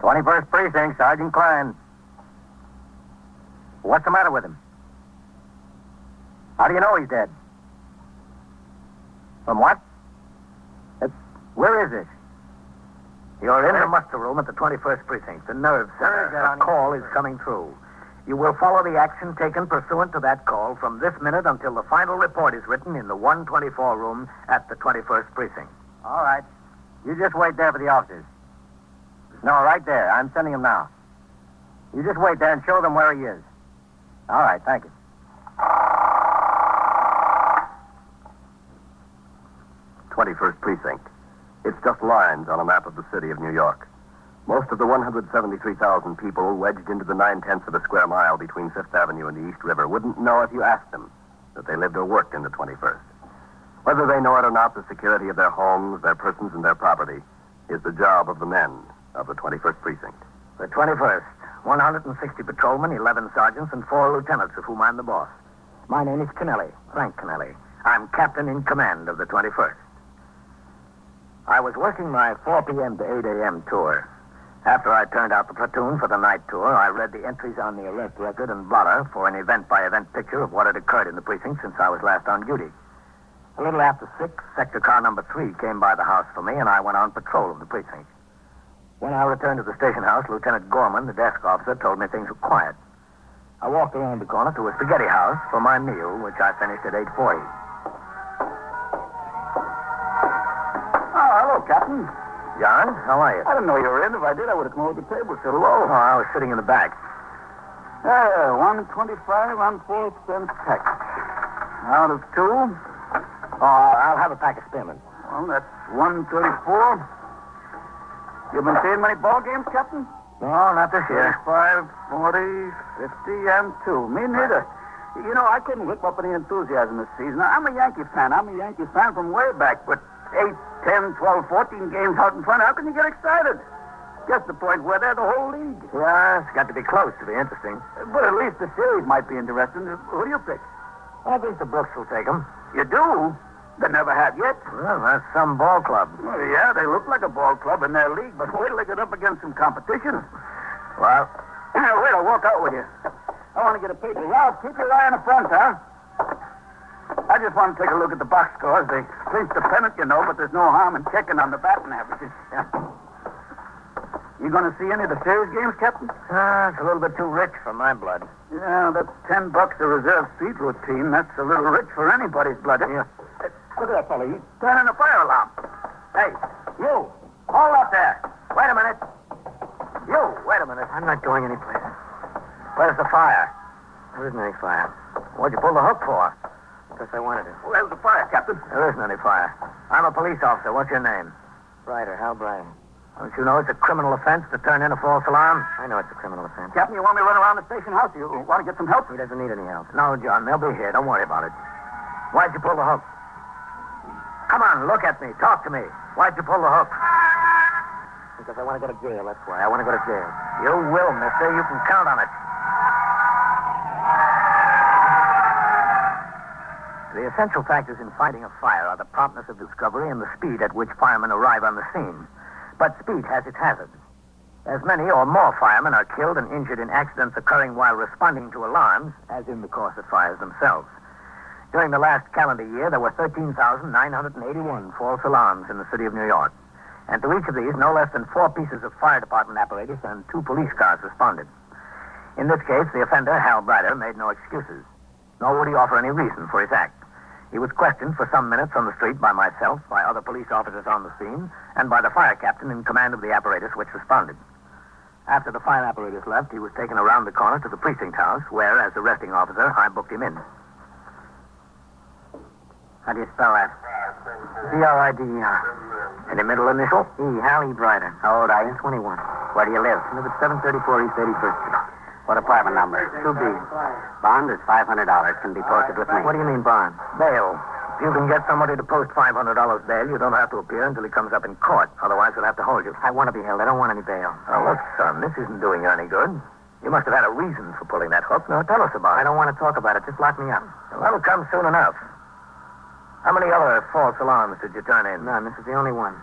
21st Precinct, Sergeant Klein. What's the matter with him? How do you know he's dead? From what? That's, where is this? You're in the muster room at the 21st Precinct, the nerve center. Nerve A center. call is coming through. You will follow the action taken pursuant to that call from this minute until the final report is written in the 124 room at the 21st Precinct. All right. You just wait there for the officers. No, right there. I'm sending him now. You just wait there and show them where he is. All right, thank you. Twenty-first precinct. It's just lines on a map of the city of New York. Most of the 173,000 people wedged into the nine-tenths of a square mile between Fifth Avenue and the East River wouldn't know if you asked them that they lived or worked in the 21st. Whether they know it or not, the security of their homes, their persons, and their property is the job of the men of the 21st precinct. The 21st, 160 patrolmen, 11 sergeants, and four lieutenants, of whom I'm the boss. My name is Kennelly, Frank Kennelly. I'm captain in command of the 21st. I was working my 4 p.m. to 8 a.m. tour. After I turned out the platoon for the night tour, I read the entries on the arrest record and blotter for an event-by-event picture of what had occurred in the precinct since I was last on duty. A little after 6, sector car number 3 came by the house for me, and I went on patrol of the precinct. When I returned to the station house, Lieutenant Gorman, the desk officer, told me things were quiet. I walked around the corner to a spaghetti house for my meal, which I finished at 8.40. Oh, hello, Captain. John, how are you? I didn't know you were in. If I did, I would have come over to the table. It's so Oh, low. I was sitting in the back. Yeah, 125 on 4th and tax. Out of two. Oh, I'll have a pack of spearmint. Well, that's 134. You've been seeing many ball games, Captain? No, not this year. 35, 40, 50, and 2. Me neither. You know, I couldn't whip up any enthusiasm this season. I'm a Yankee fan. I'm a Yankee fan from way back, but 8, 10, 12, 14 games out in front, how can you get excited? Gets the point where they're the whole league. Yeah, it's got to be close to be interesting. But at least the series might be interesting. Who do you pick? I think the Brooks will take them. You do? They never have yet. Well, that's some ball club. Well, yeah, they look like a ball club in their league, but wait till they get up against some competition. Well, wait, I'll walk out with you. I want to get a paper. Ralph, keep your eye on the front, huh? I just want to take a look at the box scores. They clinched the pennant, you know, but there's no harm in checking on the batting averages. Yeah. You going to see any of the series games, Captain? uh, it's a little bit too rich for my blood. Yeah, that's ten bucks a reserve seat routine. That's a little rich for anybody's blood. eh? Yeah. Look at that fellow. He's turning a fire alarm. Hey, you, hold up there. Wait a minute. You, wait a minute. I'm not going anyplace. Where's the fire? There isn't any fire. What'd you pull the hook for? Because I wanted to. Where's the fire, Captain? There isn't any fire. I'm a police officer. What's your name? Brighter. Hal Brighter. Don't you know it's a criminal offense to turn in a false alarm? I know it's a criminal offense. Captain, you want me to run around the station house? You want to get some help? He doesn't need any help. No, John, they'll be here. Don't worry about it. Why'd you pull the hook? Come on, look at me. Talk to me. Why'd you pull the hook? Because I want to go to jail, that's why. I want to go to jail. You will, mister. You can count on it. The essential factors in fighting a fire are the promptness of discovery and the speed at which firemen arrive on the scene. But speed has its hazards. As many or more firemen are killed and injured in accidents occurring while responding to alarms as in the course of fires themselves. During the last calendar year, there were 13,981 false alarms in the city of New York. And to each of these, no less than four pieces of fire department apparatus and two police cars responded. In this case, the offender, Hal Brighter, made no excuses, nor would he offer any reason for his act. He was questioned for some minutes on the street by myself, by other police officers on the scene, and by the fire captain in command of the apparatus which responded. After the fire apparatus left, he was taken around the corner to the precinct house, where, as arresting officer, I booked him in. How do you spell that? E B-R-I-D-E-R. Any middle initial? E. Hallie Brighter. How old are you? 21. Where do you live? I live at 734 East 81st Street. What apartment number? 2B. Bond is $500. Can be posted with me. What do you mean bond? Bail. If you can get somebody to post $500 bail, you don't have to appear until he comes up in court. Otherwise, we'll have to hold you. I want to be held. I don't want any bail. Now, look, son, this isn't doing you any good. You must have had a reason for pulling that hook. Now, tell us about it. I don't want to talk about it. Just lock me up. Well, that'll come soon enough. How many other false alarms did you turn in? None. This is the only one.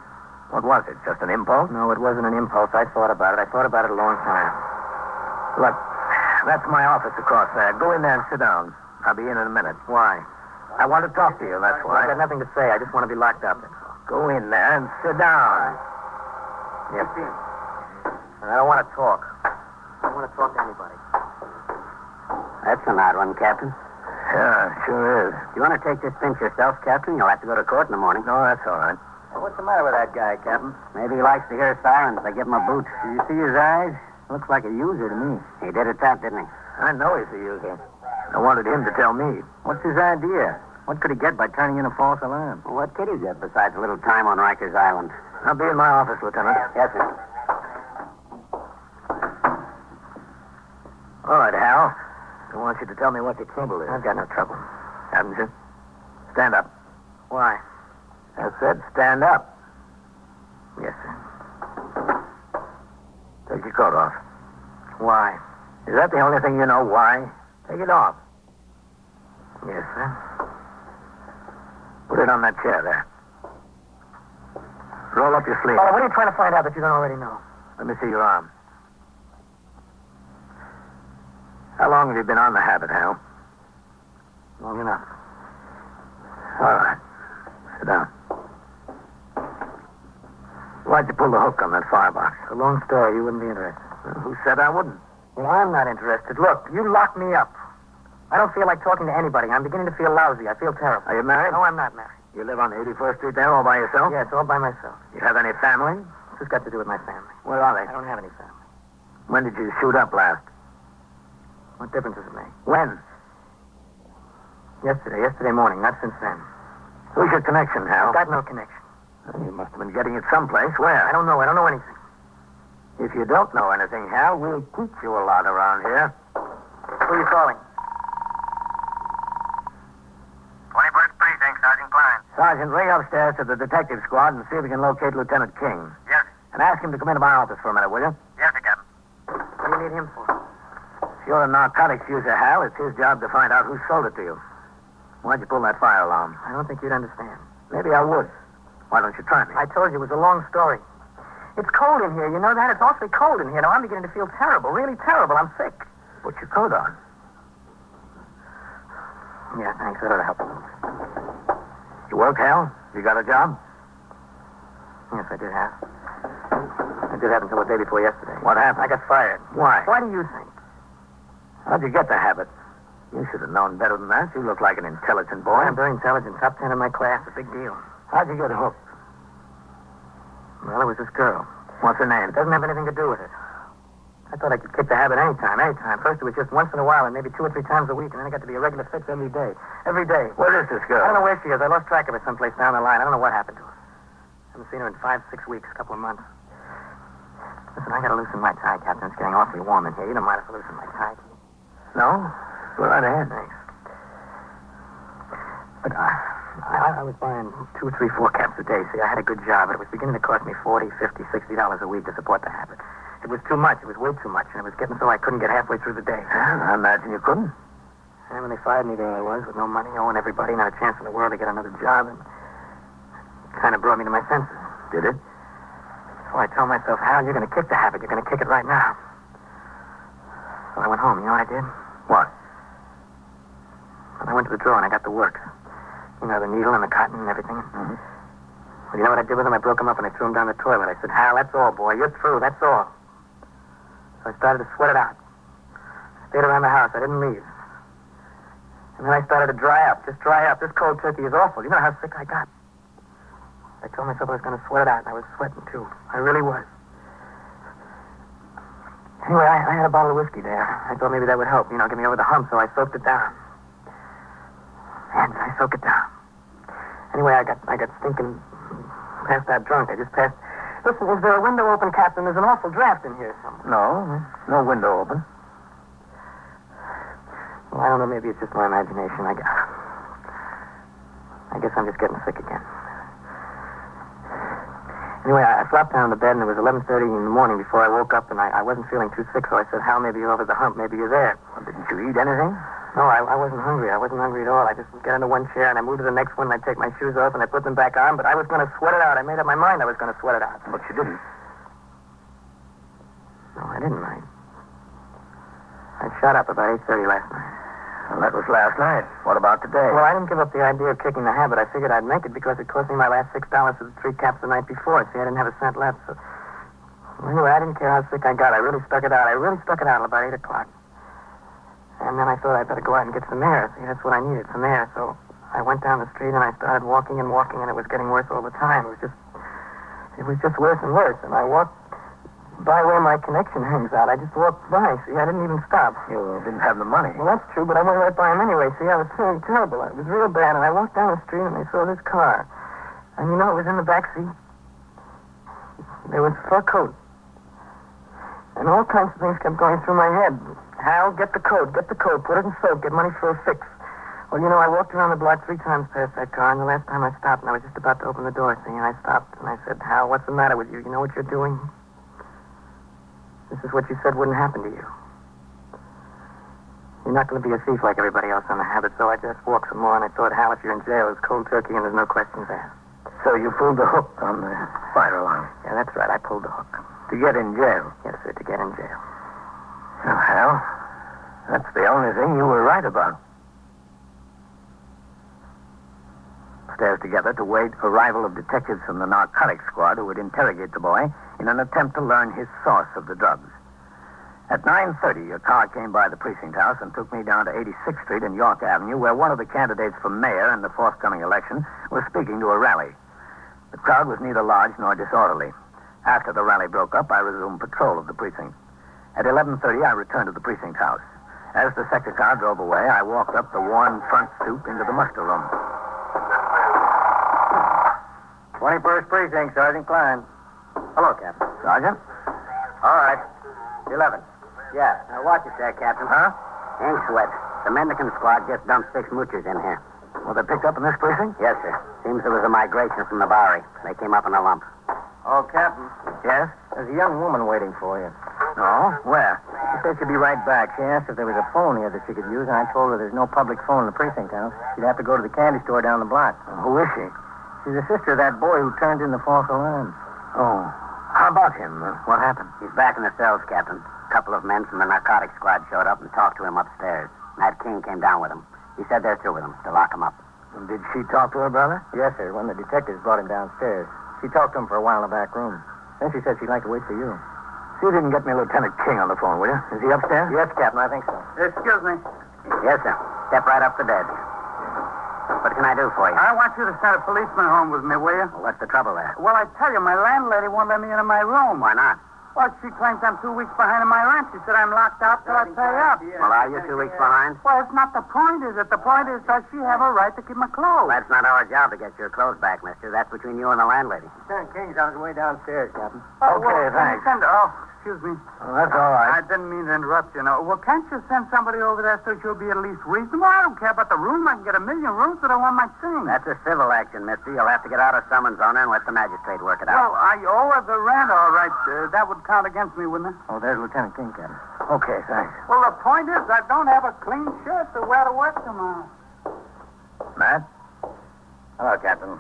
What was it? Just an impulse? No, it wasn't an impulse. I thought about it. I thought about it a long time. Look, that's my office across there. Go in there and sit down. I'll be in in a minute. Why? I want to talk to you, that's I've why. got nothing to say. I just want to be locked up. Go in there and sit down. Yep. I don't want to talk. I don't want to talk to anybody. That's an odd one, Captain. Yeah, sure is. If you want to take this pinch yourself, Captain, you'll have to go to court in the morning. No, that's all right. what's the matter with that guy, Captain? Maybe he likes to hear sirens. They give him a boot. Did you see his eyes? Looks like a user to me. He did a tap, didn't he? I know he's a user. I wanted him to tell me. What's his idea? What could he get by turning in a false alarm? Well, what could he get besides a little time on Rikers Island? I'll be in my office, Lieutenant. Yes, sir. All right, Hal. I want you to tell me what your trouble is. I've got no trouble. Haven't you? Stand up. Why? I said stand up. Yes, sir. Take your coat off. Why? Is that the only thing you know why? Take it off. Yes, sir. Put it on that chair there. Roll up your sleeve. Father, Oh, what are you trying to find out that you don't already know? Let me see your arm. How long have you been on the habit, Hal? Long enough. All right. Sit down. Why'd you pull the hook on that firebox? It's a long story. You wouldn't be interested. Who said I wouldn't? Well, I'm not interested. Look, you lock me up. I don't feel like talking to anybody. I'm beginning to feel lousy. I feel terrible. Are you married? No, I'm not married. You live on 81st Street there all by yourself? Yeah, it's all by myself. You have any family? What's this got to do with my family? Where are I they? don't have any family. When did you shoot up last? What difference does it make? When? Yesterday, yesterday morning, not since then. Who's your connection, Hal? I've got no connection. You must have been getting it someplace. Where? I don't know. I don't know anything. If you don't know anything, Hal, we'll teach you a lot around here. Who are you calling? 21st Precinct, Sergeant Klein. Sergeant, ring upstairs to the detective squad and see if we can locate Lieutenant King. Yes. And ask him to come into my office for a minute, will you? Yes, sir, Captain. What do you need him for? If you're a narcotics user, Hal, it's his job to find out who sold it to you. Why'd you pull that fire alarm? I don't think you'd understand. Maybe I would. Why don't you try me? I told you it was a long story. It's cold in here. You know that? It's awfully cold in here. Now I'm beginning to feel terrible, really terrible. I'm sick. Put your coat on. Yeah, thanks. That ought to help a little. You work, Hal? You got a job? Yes, I did have. It did happen until the day before yesterday. What happened? I got fired. Why? Why do you think? How'd you get the habit? You should have known better than that. You look like an intelligent boy. I'm very intelligent, top ten in my class. A big deal. How'd you get hooked? Well, it was this girl. What's her It name? doesn't have anything to do with it. I thought I could kick the habit any time, any time. First, it was just once in a while, and maybe two or three times a week, and then it got to be a regular fix every day. Every day. Where is this girl? I don't know where she is. I lost track of her someplace down the line. I don't know what happened to her. I haven't seen her in five, six weeks, a couple of months. Listen, I gotta loosen my tie, Captain. It's getting awfully warm in here. You don't mind if I loosen my tie? do you? No? Go right ahead. Thanks. But I, I, I was buying two, three, four caps a day. See, I had a good job, but it was beginning to cost me forty, fifty, sixty dollars a week to support the habit. It was too much. It was way too much, and it was getting so I couldn't get halfway through the day. I imagine you couldn't. And when they fired me, there I was with no money, owing everybody, not a chance in the world to get another job, and kind of brought me to my senses. Did it? So I told myself, Hal, you're going to kick the habit. You're going to kick it right now. So I went home. You know what I did? What? I went to the drawer and I got the works. You know, the needle and the cotton and everything. Mhm. Well, you know what I did with them? I broke them up and I threw them down the toilet. I said, Hal, that's all, boy. You're through. That's all. So I started to sweat it out. Stayed around the house. I didn't leave. And then I started to dry up. Just dry up. This cold turkey is awful. You know how sick I got. I told myself I was going to sweat it out, and I was sweating too. I really was. Anyway, I, I had a bottle of whiskey there. I thought maybe that would help, you know, get me over the hump, so I soaked it down. And I soak it down. Anyway, I got I got stinking past that drunk. I just passed. Listen, is there a window open, Captain? There's an awful draft in here somewhere. No. No window open. Well, I don't know. Maybe it's just my imagination. I guess. I guess I'm just getting sick again. Anyway, I, I flopped down to bed, and it was 11:30 in the morning before I woke up, and I, I wasn't feeling too sick, so I said, "Hal, maybe you're over the hump. Maybe you're there." Well, didn't you eat anything? No, No, I, I wasn't hungry. I wasn't hungry at all. I just got into one chair and I moved to the next one and I take my shoes off and I put them back on. But I was going to sweat it out. I made up my mind I was going to sweat it out. But you didn't. No, I didn't. I, I shot up about eight thirty last night. Well, that was last night. What about today? Well, I didn't give up the idea of kicking the habit. I figured I'd make it because it cost me my last six dollars for the three caps the night before. See, I didn't have a cent left. So anyway, I didn't care how sick I got. I really stuck it out. I really stuck it out till about eight o'clock. And then I thought I'd better go out and get some air. See, that's what I needed, some air. So I went down the street and I started walking and walking, and it was getting worse all the time. It was just, it was just worse and worse. And I walked by where my connection hangs out. I just walked by. See, I didn't even stop. You didn't have the money. Well, that's true, but I went right by him anyway. See, I was feeling terrible. It was real bad, and I walked down the street and I saw this car. And you know, it was in the back seat. There was a fur coat. And all kinds of things kept going through my head. Hal, get the coat, get the coat, put it in soap, get money for a fix. Well, you know, I walked around the block three times past that car, and the last time I stopped, and I was just about to open the door, see, and I stopped, and I said, Hal, what's the matter with you? You know what you're doing? This is what you said wouldn't happen to you. You're not going to be a thief like everybody else on the habit, so I just walked some more, and I thought, Hal, if you're in jail, it's cold turkey, and there's no questions asked. So you pulled the hook on the fire alarm Yeah, that's right, I pulled the hook. to get in jail. Yes, sir, to get in jail. Well, Hal, that's the only thing you were right about. Stairs together to wait arrival of detectives from the narcotics squad who would interrogate the boy in an attempt to learn his source of the drugs. At 9.30, a car came by the precinct house and took me down to 86th Street and York Avenue, where one of the candidates for mayor in the forthcoming election was speaking to a rally. The crowd was neither large nor disorderly. After the rally broke up, I resumed patrol of the precinct. At 11.30, I returned to the precinct house. As the sector car drove away, I walked up the worn front stoop into the muster room. 21st Precinct, Sergeant Klein. Hello, Captain. Sergeant? All right. 11. Yeah. Now watch it there, Captain. Huh? Ain't sweat. The mendicant squad just dumped six moochers in here. Were they picked up in this precinct? Yes, sir. Seems there was a migration from the Bowery. They came up in a lump. Oh, Captain, Yes. there's a young woman waiting for you. No? Where? She said she'd be right back. She asked if there was a phone here that she could use, and I told her there's no public phone in the precinct house. She'd have to go to the candy store down the block. Who is she? She's the sister of that boy who turned in the false alarm. Oh. How about him? Uh, What happened? He's back in the cells, Captain. A couple of men from the narcotics squad showed up and talked to him upstairs. Matt King came down with him. He said they're through with him to lock him up. Did she talk to her brother? Yes, sir, when the detectives brought him downstairs. She talked to him for a while in the back room. Then she said she'd like to wait for you. See if you can get me Lieutenant King on the phone, will you? Is he upstairs? Yes, Captain, I think so. Excuse me. Yes, sir. Step right up to bed. What can I do for you? I want you to send a policeman home with me, will you? What's the trouble there? Hmm, Well, I tell you, my landlady won't let me into my room. Why not? Well, she claims I'm two weeks behind in my rent. She said I'm locked out till I pay up. Well, are you two weeks behind? Well, it's not the point, is it? The point is, does she have a right to keep my clothes? That's not our job to get your clothes back, mister. That's between you and the landlady. Lieutenant King's on his way downstairs, Captain. Oh, okay, well, can you thanks. Send, oh, excuse me. Oh, that's all right. I didn't mean to interrupt you. Now, well, can't you send somebody over there so she'll be at least reasonable? I don't care about the room. I can get a million rooms, but I want my things. That's a civil action, mister. You'll have to get out a summons on her and let the magistrate work it out. Well, I owe her the rent, all right. Uh, that would count against me, wouldn't it? Oh, there's Lieutenant King, Captain. Okay, thanks. Well, the point is, I don't have a clean shirt to wear to work tomorrow. Matt, Hello, Captain.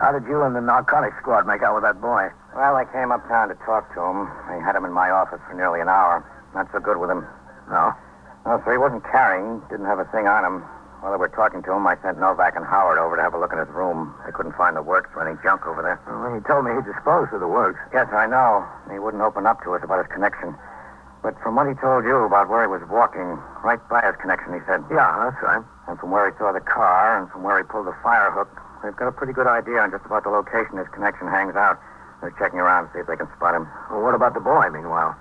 how did you and the narcotics squad make out with that boy? Well, I came uptown to talk to him. I had him in my office for nearly an hour. Not so good with him. No? No, sir, he wasn't carrying. Didn't have a thing on him. While they were talking to him, I sent Novak and Howard over to have a look in his room. They couldn't find the works or any junk over there. Well, he told me he disposed of the works. Yes, I know. He wouldn't open up to us about his connection. But from what he told you about where he was walking, right by his connection, he said. Yeah, that's right. And from where he saw the car and from where he pulled the fire hook, they've got a pretty good idea on just about the location his connection hangs out. They're checking around to see if they can spot him. Well, what about the boy, meanwhile?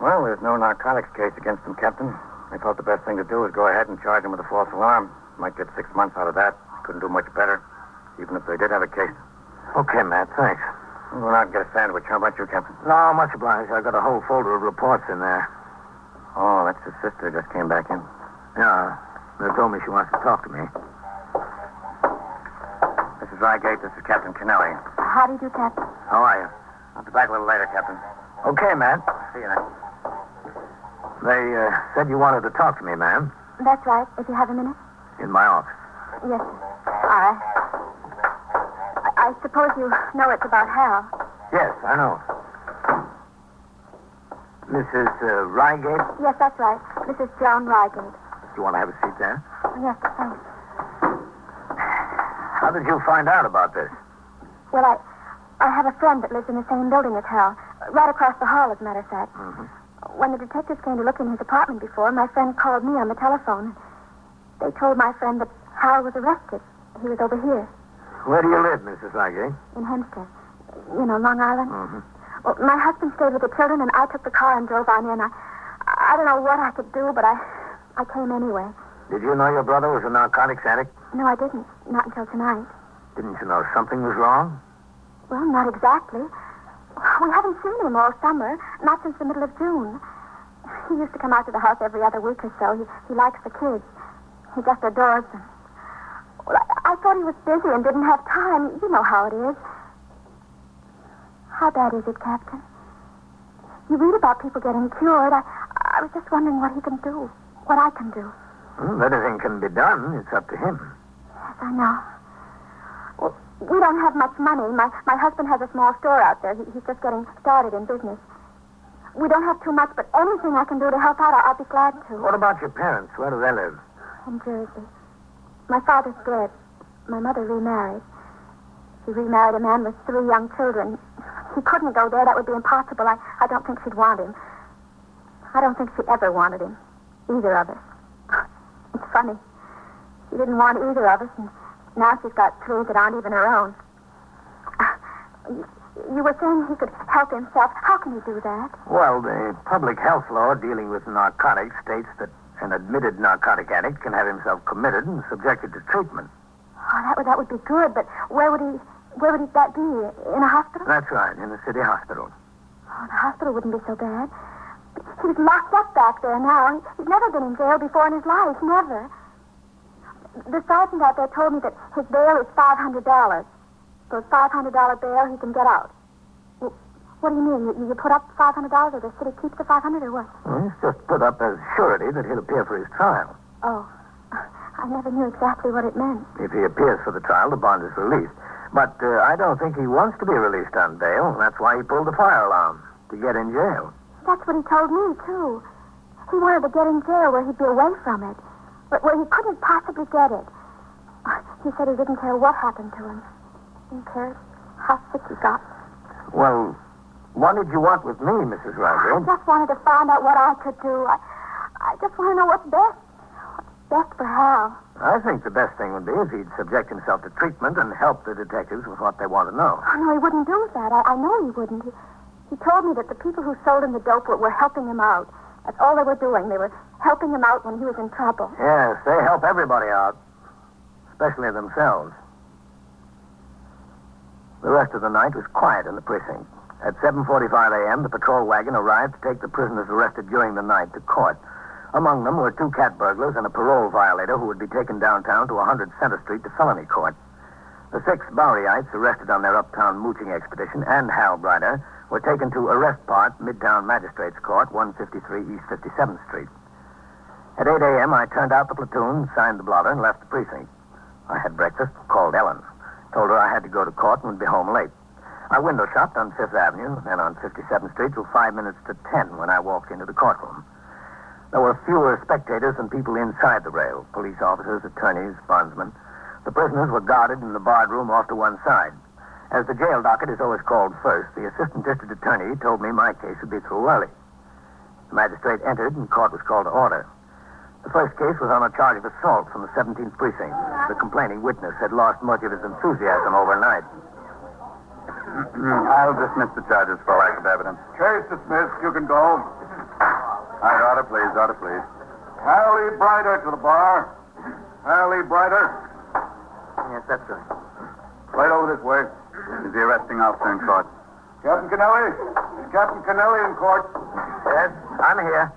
Well, there's no narcotics case against him, Captain. They felt the best thing to do was go ahead and charge him with a false alarm. Might get six months out of that. Couldn't do much better, even if they did have a case. Okay, Matt, thanks. I'm going out and get a sandwich. How about you, Captain? No, much obliged. I got a whole folder of reports in there. Oh, that's his sister just came back in. Yeah. They told me she wants to talk to me. Mrs. Reigate, this is Captain Kennelly. How do you do, Captain? How are I'll be back a little later, Captain. you? Okay, Matt. See you now. They uh, said you wanted to talk to me, ma'am. That's right. If you have a minute. In my office. Yes, sir. All right. I, I suppose you know it's about Hal. Yes, I know. Mrs. Uh, Reigate, Yes, that's right. Mrs. Joan Reigate. you want to have a seat there? Yes, thanks. How did you find out about this? Well, I, I have a friend that lives in the same building as Hal, right across the hall, as a matter of fact. Mm-hmm. When the detectives came to look in his apartment before, my friend called me on the telephone. They told my friend that Hal was arrested. He was over here Where do you live, Mrs. Reigate? in Hempstead, you know, Long Island. Well, my husband stayed with the children, and I took the car and drove on in. I, I don't know what I could do, but I, I came anyway. Did you know your brother was a narcotics addict? No, I didn't. Not until tonight. Didn't you know something was wrong? Well, not exactly. We haven't seen him all summer, not since the middle of June. He used to come out to the house every other week or so. He, he likes the kids. He just adores them. Well, I, I thought he was busy and didn't have time. You know how it is. How bad is it, Captain? You read about people getting cured. I, I was just wondering what he can do, what I can do. Well, if Hmm, anything can be done, it's up to him. Yes, I know. Well, we don't have much money. My, my husband has a small store out there. He, he's just getting started in business. We don't have too much, but anything I can do to help out, I, I'll be glad to. What about your parents? Where do they live? In Jersey. My father's dead. My mother remarried. She remarried a man with three young children. He couldn't go there. That would be impossible. I, I don't think she'd want him. I don't think she ever wanted him, either of us. It's funny. She didn't want either of us, and now she's got three that aren't even her own. Ah, you- You were saying he could help himself. How can he do that? Well, the public health law dealing with narcotics states that an admitted narcotic addict can have himself committed and subjected to treatment. Oh, that would that would be good, but where would he where would he, that be? In a hospital? That's right, in a city hospital. Oh, the hospital wouldn't be so bad. He was locked up back there now. He's never been in jail before in his life, never. The sergeant out there told me that his bail is five hundred dollars. For a five hundred dollar bail, he can get out. Well, What do you mean? You, you put up five hundred dollars, or the city keeps the five hundred, or what? Well, it's just put up as surety that he'll appear for his trial. Oh, I never knew exactly what it meant. If he appears for the trial, the bond is released. But uh, I don't think he wants to be released on bail, and that's why he pulled the fire alarm, to get in jail. That's what he told me too. He wanted to get in jail where he'd be away from it, where, where he couldn't possibly get it. He said he didn't care what happened to him. Didn't care how sick he got. Well, what did you want with me, Mrs. I Reigate? just wanted to find out what I could do. I, I just want to know what's best. What's best for Hal. I think the best thing would be if he'd subject himself to treatment and help the detectives with what they want to know. Oh, no, he wouldn't do that. I, I know he wouldn't. He, he told me that the people who sold him the dope were, were helping him out. That's all they were doing. They were helping him out when he was in trouble. Yes, they help everybody out, especially themselves. The rest of the night was quiet in the precinct. At 7.45 a.m., the patrol wagon arrived to take the prisoners arrested during the night to court. Among them were two cat burglars and a parole violator who would be taken downtown to 100 Center Street to felony court. The six Boweyites arrested on their uptown mooching expedition and Hal Brider were taken to Arrest Part, Midtown Magistrates Court, 153 East 57th Street. At 8 a.m., I turned out the platoon, signed the blotter, and left the precinct. I had breakfast, called Ellen, told her I had to go to court and would be home late. I window shopped on Fifth Avenue, then on 57th Street till five minutes to 10 when I walked into the courtroom. There were fewer spectators than people inside the rail police officers, attorneys, bondsmen. The prisoners were guarded in the barred room off to one side. As the jail docket is always called first, the assistant district attorney told me my case would be through early. The magistrate entered and court was called to order. The first case was on a charge of assault from the 17th precinct. The complaining witness had lost much of his enthusiasm overnight. I'll dismiss the charges for lack of evidence. Hmm. Case dismissed. You can go. All right, order, please. Order, please. Harley Brighter to the bar. Harley Brighter, Yes, that's right. right over this way. Is the arresting officer in court? Captain Kennelly. Is Captain Kennelly in court? Yes, I'm here.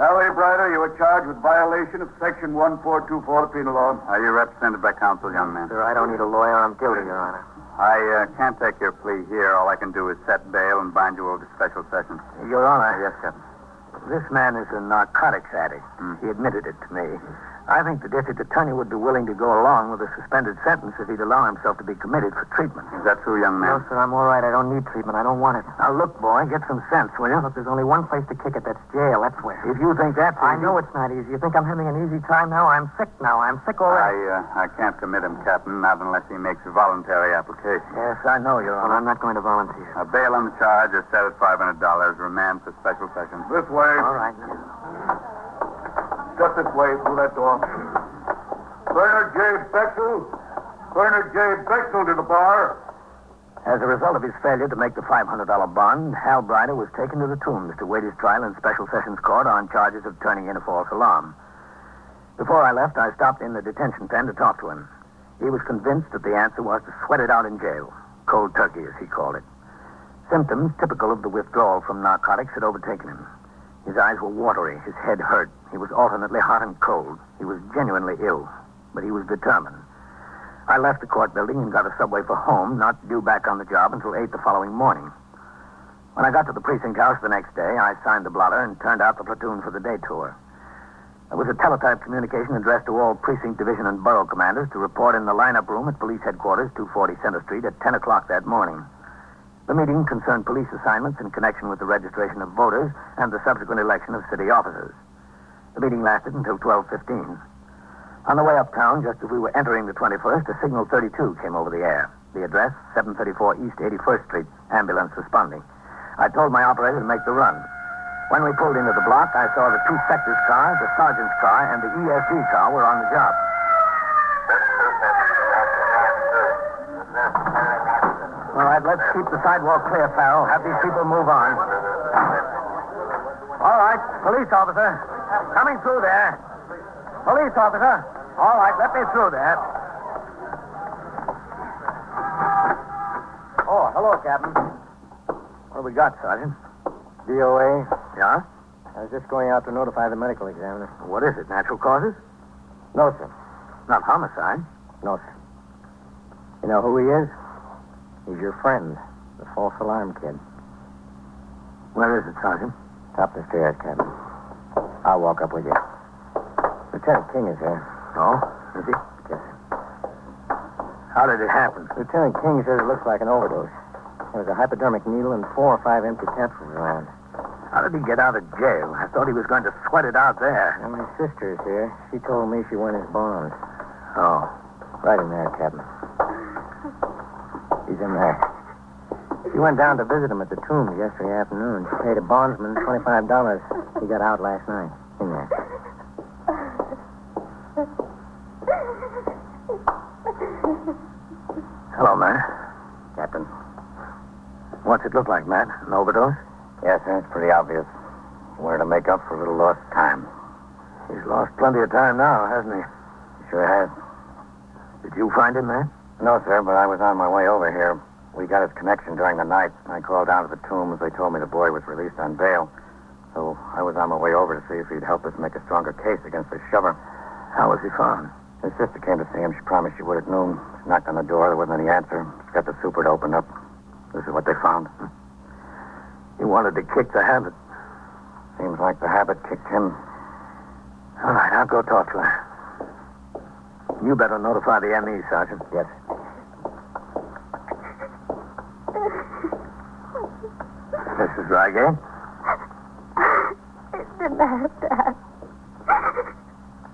Harley Brighter, you are charged with violation of Section 1424 of the penal law. Are you represented by counsel, young man? Sir, I don't need a lawyer. I'm guilty, Your Honor. I uh, can't take your plea here. All I can do is set bail and bind you over to special session. Your Honor. Yes, Captain. This man is a narcotics addict. Hmm. He admitted it to me. I think the district attorney would be willing to go along with a suspended sentence if he'd allow himself to be committed for treatment. Is that true, young No, man? sir, I'm all right. I don't need treatment. I don't want it. Now, look, boy, get some sense, will you? Look, there's only one place to kick it. That's jail. That's where. If you think that's I easy- know it's not easy. You think I'm having an easy time now? I'm sick now. I'm sick I, already. uh, I can't commit him, Captain, not unless he makes a voluntary application. Yes, I know, Your Well, Honor. I'm not going to volunteer. A bail on the charge is set at $500, remand for special sessions. This way. All right. now. Just this way, through that door. Bernard J. Bexel. Bernard J. Bexel to the bar. As a result of his failure to make the $500 bond, Hal Brider was taken to the tombs to wait his trial in Special Sessions Court on charges of turning in a false alarm. Before I left, I stopped in the detention pen to talk to him. He was convinced that the answer was to sweat it out in jail. Cold turkey, as he called it. Symptoms typical of the withdrawal from narcotics had overtaken him. His eyes were watery, his head hurt, he was alternately hot and cold. He was genuinely ill, but he was determined. I left the court building and got a subway for home, not due back on the job until 8 the following morning. When I got to the precinct house the next day, I signed the blotter and turned out the platoon for the day tour. There was a teletype communication addressed to all precinct division and borough commanders to report in the lineup room at police headquarters, 240 Center Street, at 10 o'clock that morning. The meeting concerned police assignments in connection with the registration of voters and the subsequent election of city officers. The meeting lasted until 1215. On the way uptown, just as we were entering the 21st, a signal 32 came over the air. The address, 734 East 81st Street, ambulance responding. I told my operator to make the run. When we pulled into the block, I saw the two sectors car, the sergeant's car, and the ESD car were on the job. All right, let's keep the sidewalk clear, Farrell. Have these people move on. All right, police officer, coming through there. Police officer. All right, let me through there. Oh, hello, Captain. What have we got, Sergeant? DOA. Yeah? I was just going out to notify the medical examiner. What is it? Natural causes? No, sir. Not homicide. No, sir. You know who he is? He's your friend, the false alarm kid. Where is it, Sergeant? Top the stairs, Captain. I'll walk up with you. Lieutenant King is here. Oh, is he? Yes. How did it happen? Lieutenant King says it looks like an overdose. There was a hypodermic needle and four or five empty capsules around. How did he get out of jail? I thought he was going to sweat it out there. Now, my sister is here. She told me she won his bond. Oh. Right in there, Captain. He's in there. She went down to visit him at the tomb yesterday afternoon. She paid a bondsman $25. He got out last night. In there. Hello, Matt. Captain. What's it look like, Matt? An overdose? Yes, sir. It's pretty obvious. Where to make up for a little lost time. He's lost plenty of time now, hasn't he? Sure has. Did you find him, Matt? No, sir, but I was on my way over here. We got his connection during the night. I called down to the tombs. They told me the boy was released on bail. So I was on my way over to see if he'd help us make a stronger case against the shover. How was he found? His sister came to see him. She promised she would at noon. She knocked on the door. There wasn't any answer. She got the super to open up. This is what they found. He wanted to kick the habit. Seems like the habit kicked him. All right, I'll go talk to her. You better notify the E, ME, Sergeant. Yes. Mrs. Reigate? It didn't have to happen.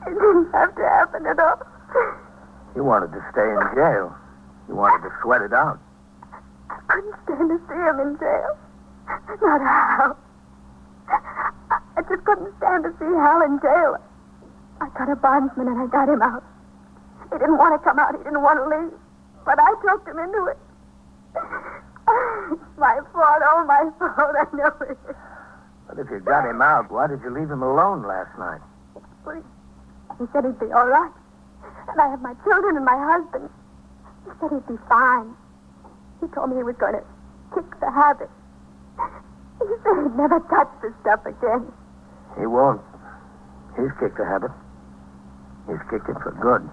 It didn't have to happen at all. You wanted to stay in jail. You wanted to sweat it out. I couldn't stand to see him in jail. Not Hal. I just couldn't stand to see Hal in jail. I got a bondsman and I got him out. He didn't want to come out. He didn't want to leave. But I talked him into it. my fault. Oh, my fault. I know it is. But if you got him out, why did you leave him alone last night? He said he'd be all right. And I have my children and my husband. He said he'd be fine. He told me he was going to kick the habit. He said he'd never touch the stuff again. He won't. He's kicked the habit. He's kicked it for good.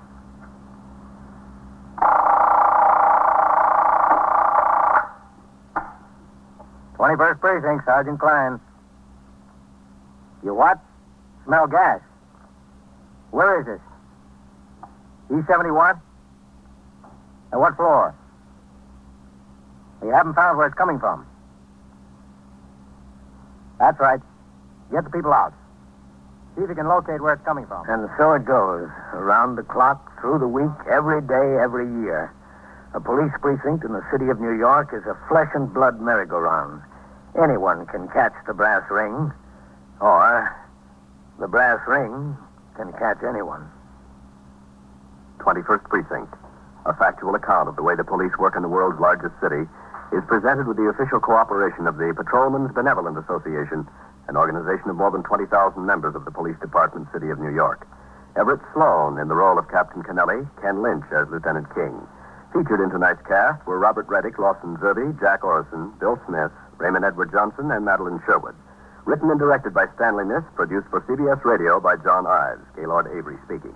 Twenty-first precinct, Sergeant Klein. You what? Smell gas. Where is this? E71? And what floor? You haven't found where it's coming from. That's right. Get the people out. See if you can locate where it's coming from. And so it goes, around the clock, through the week, every day, every year. A police precinct in the city of New York is a flesh and blood merry-go-round. Anyone can catch the brass ring, or the brass ring can catch anyone. 21st Precinct. A factual account of the way the police work in the world's largest city is presented with the official cooperation of the Patrolmen's Benevolent Association, an organization of more than 20,000 members of the Police Department, City of New York. Everett Sloan in the role of Captain Kennelly, Ken Lynch as Lieutenant King. Featured in tonight's cast were Robert Reddick, Lawson Zerby, Jack Orison, Bill Smith, Raymond Edward Johnson, and Madeline Sherwood. Written and directed by Stanley Niss, produced for CBS Radio by John Ives, Gaylord Avery speaking.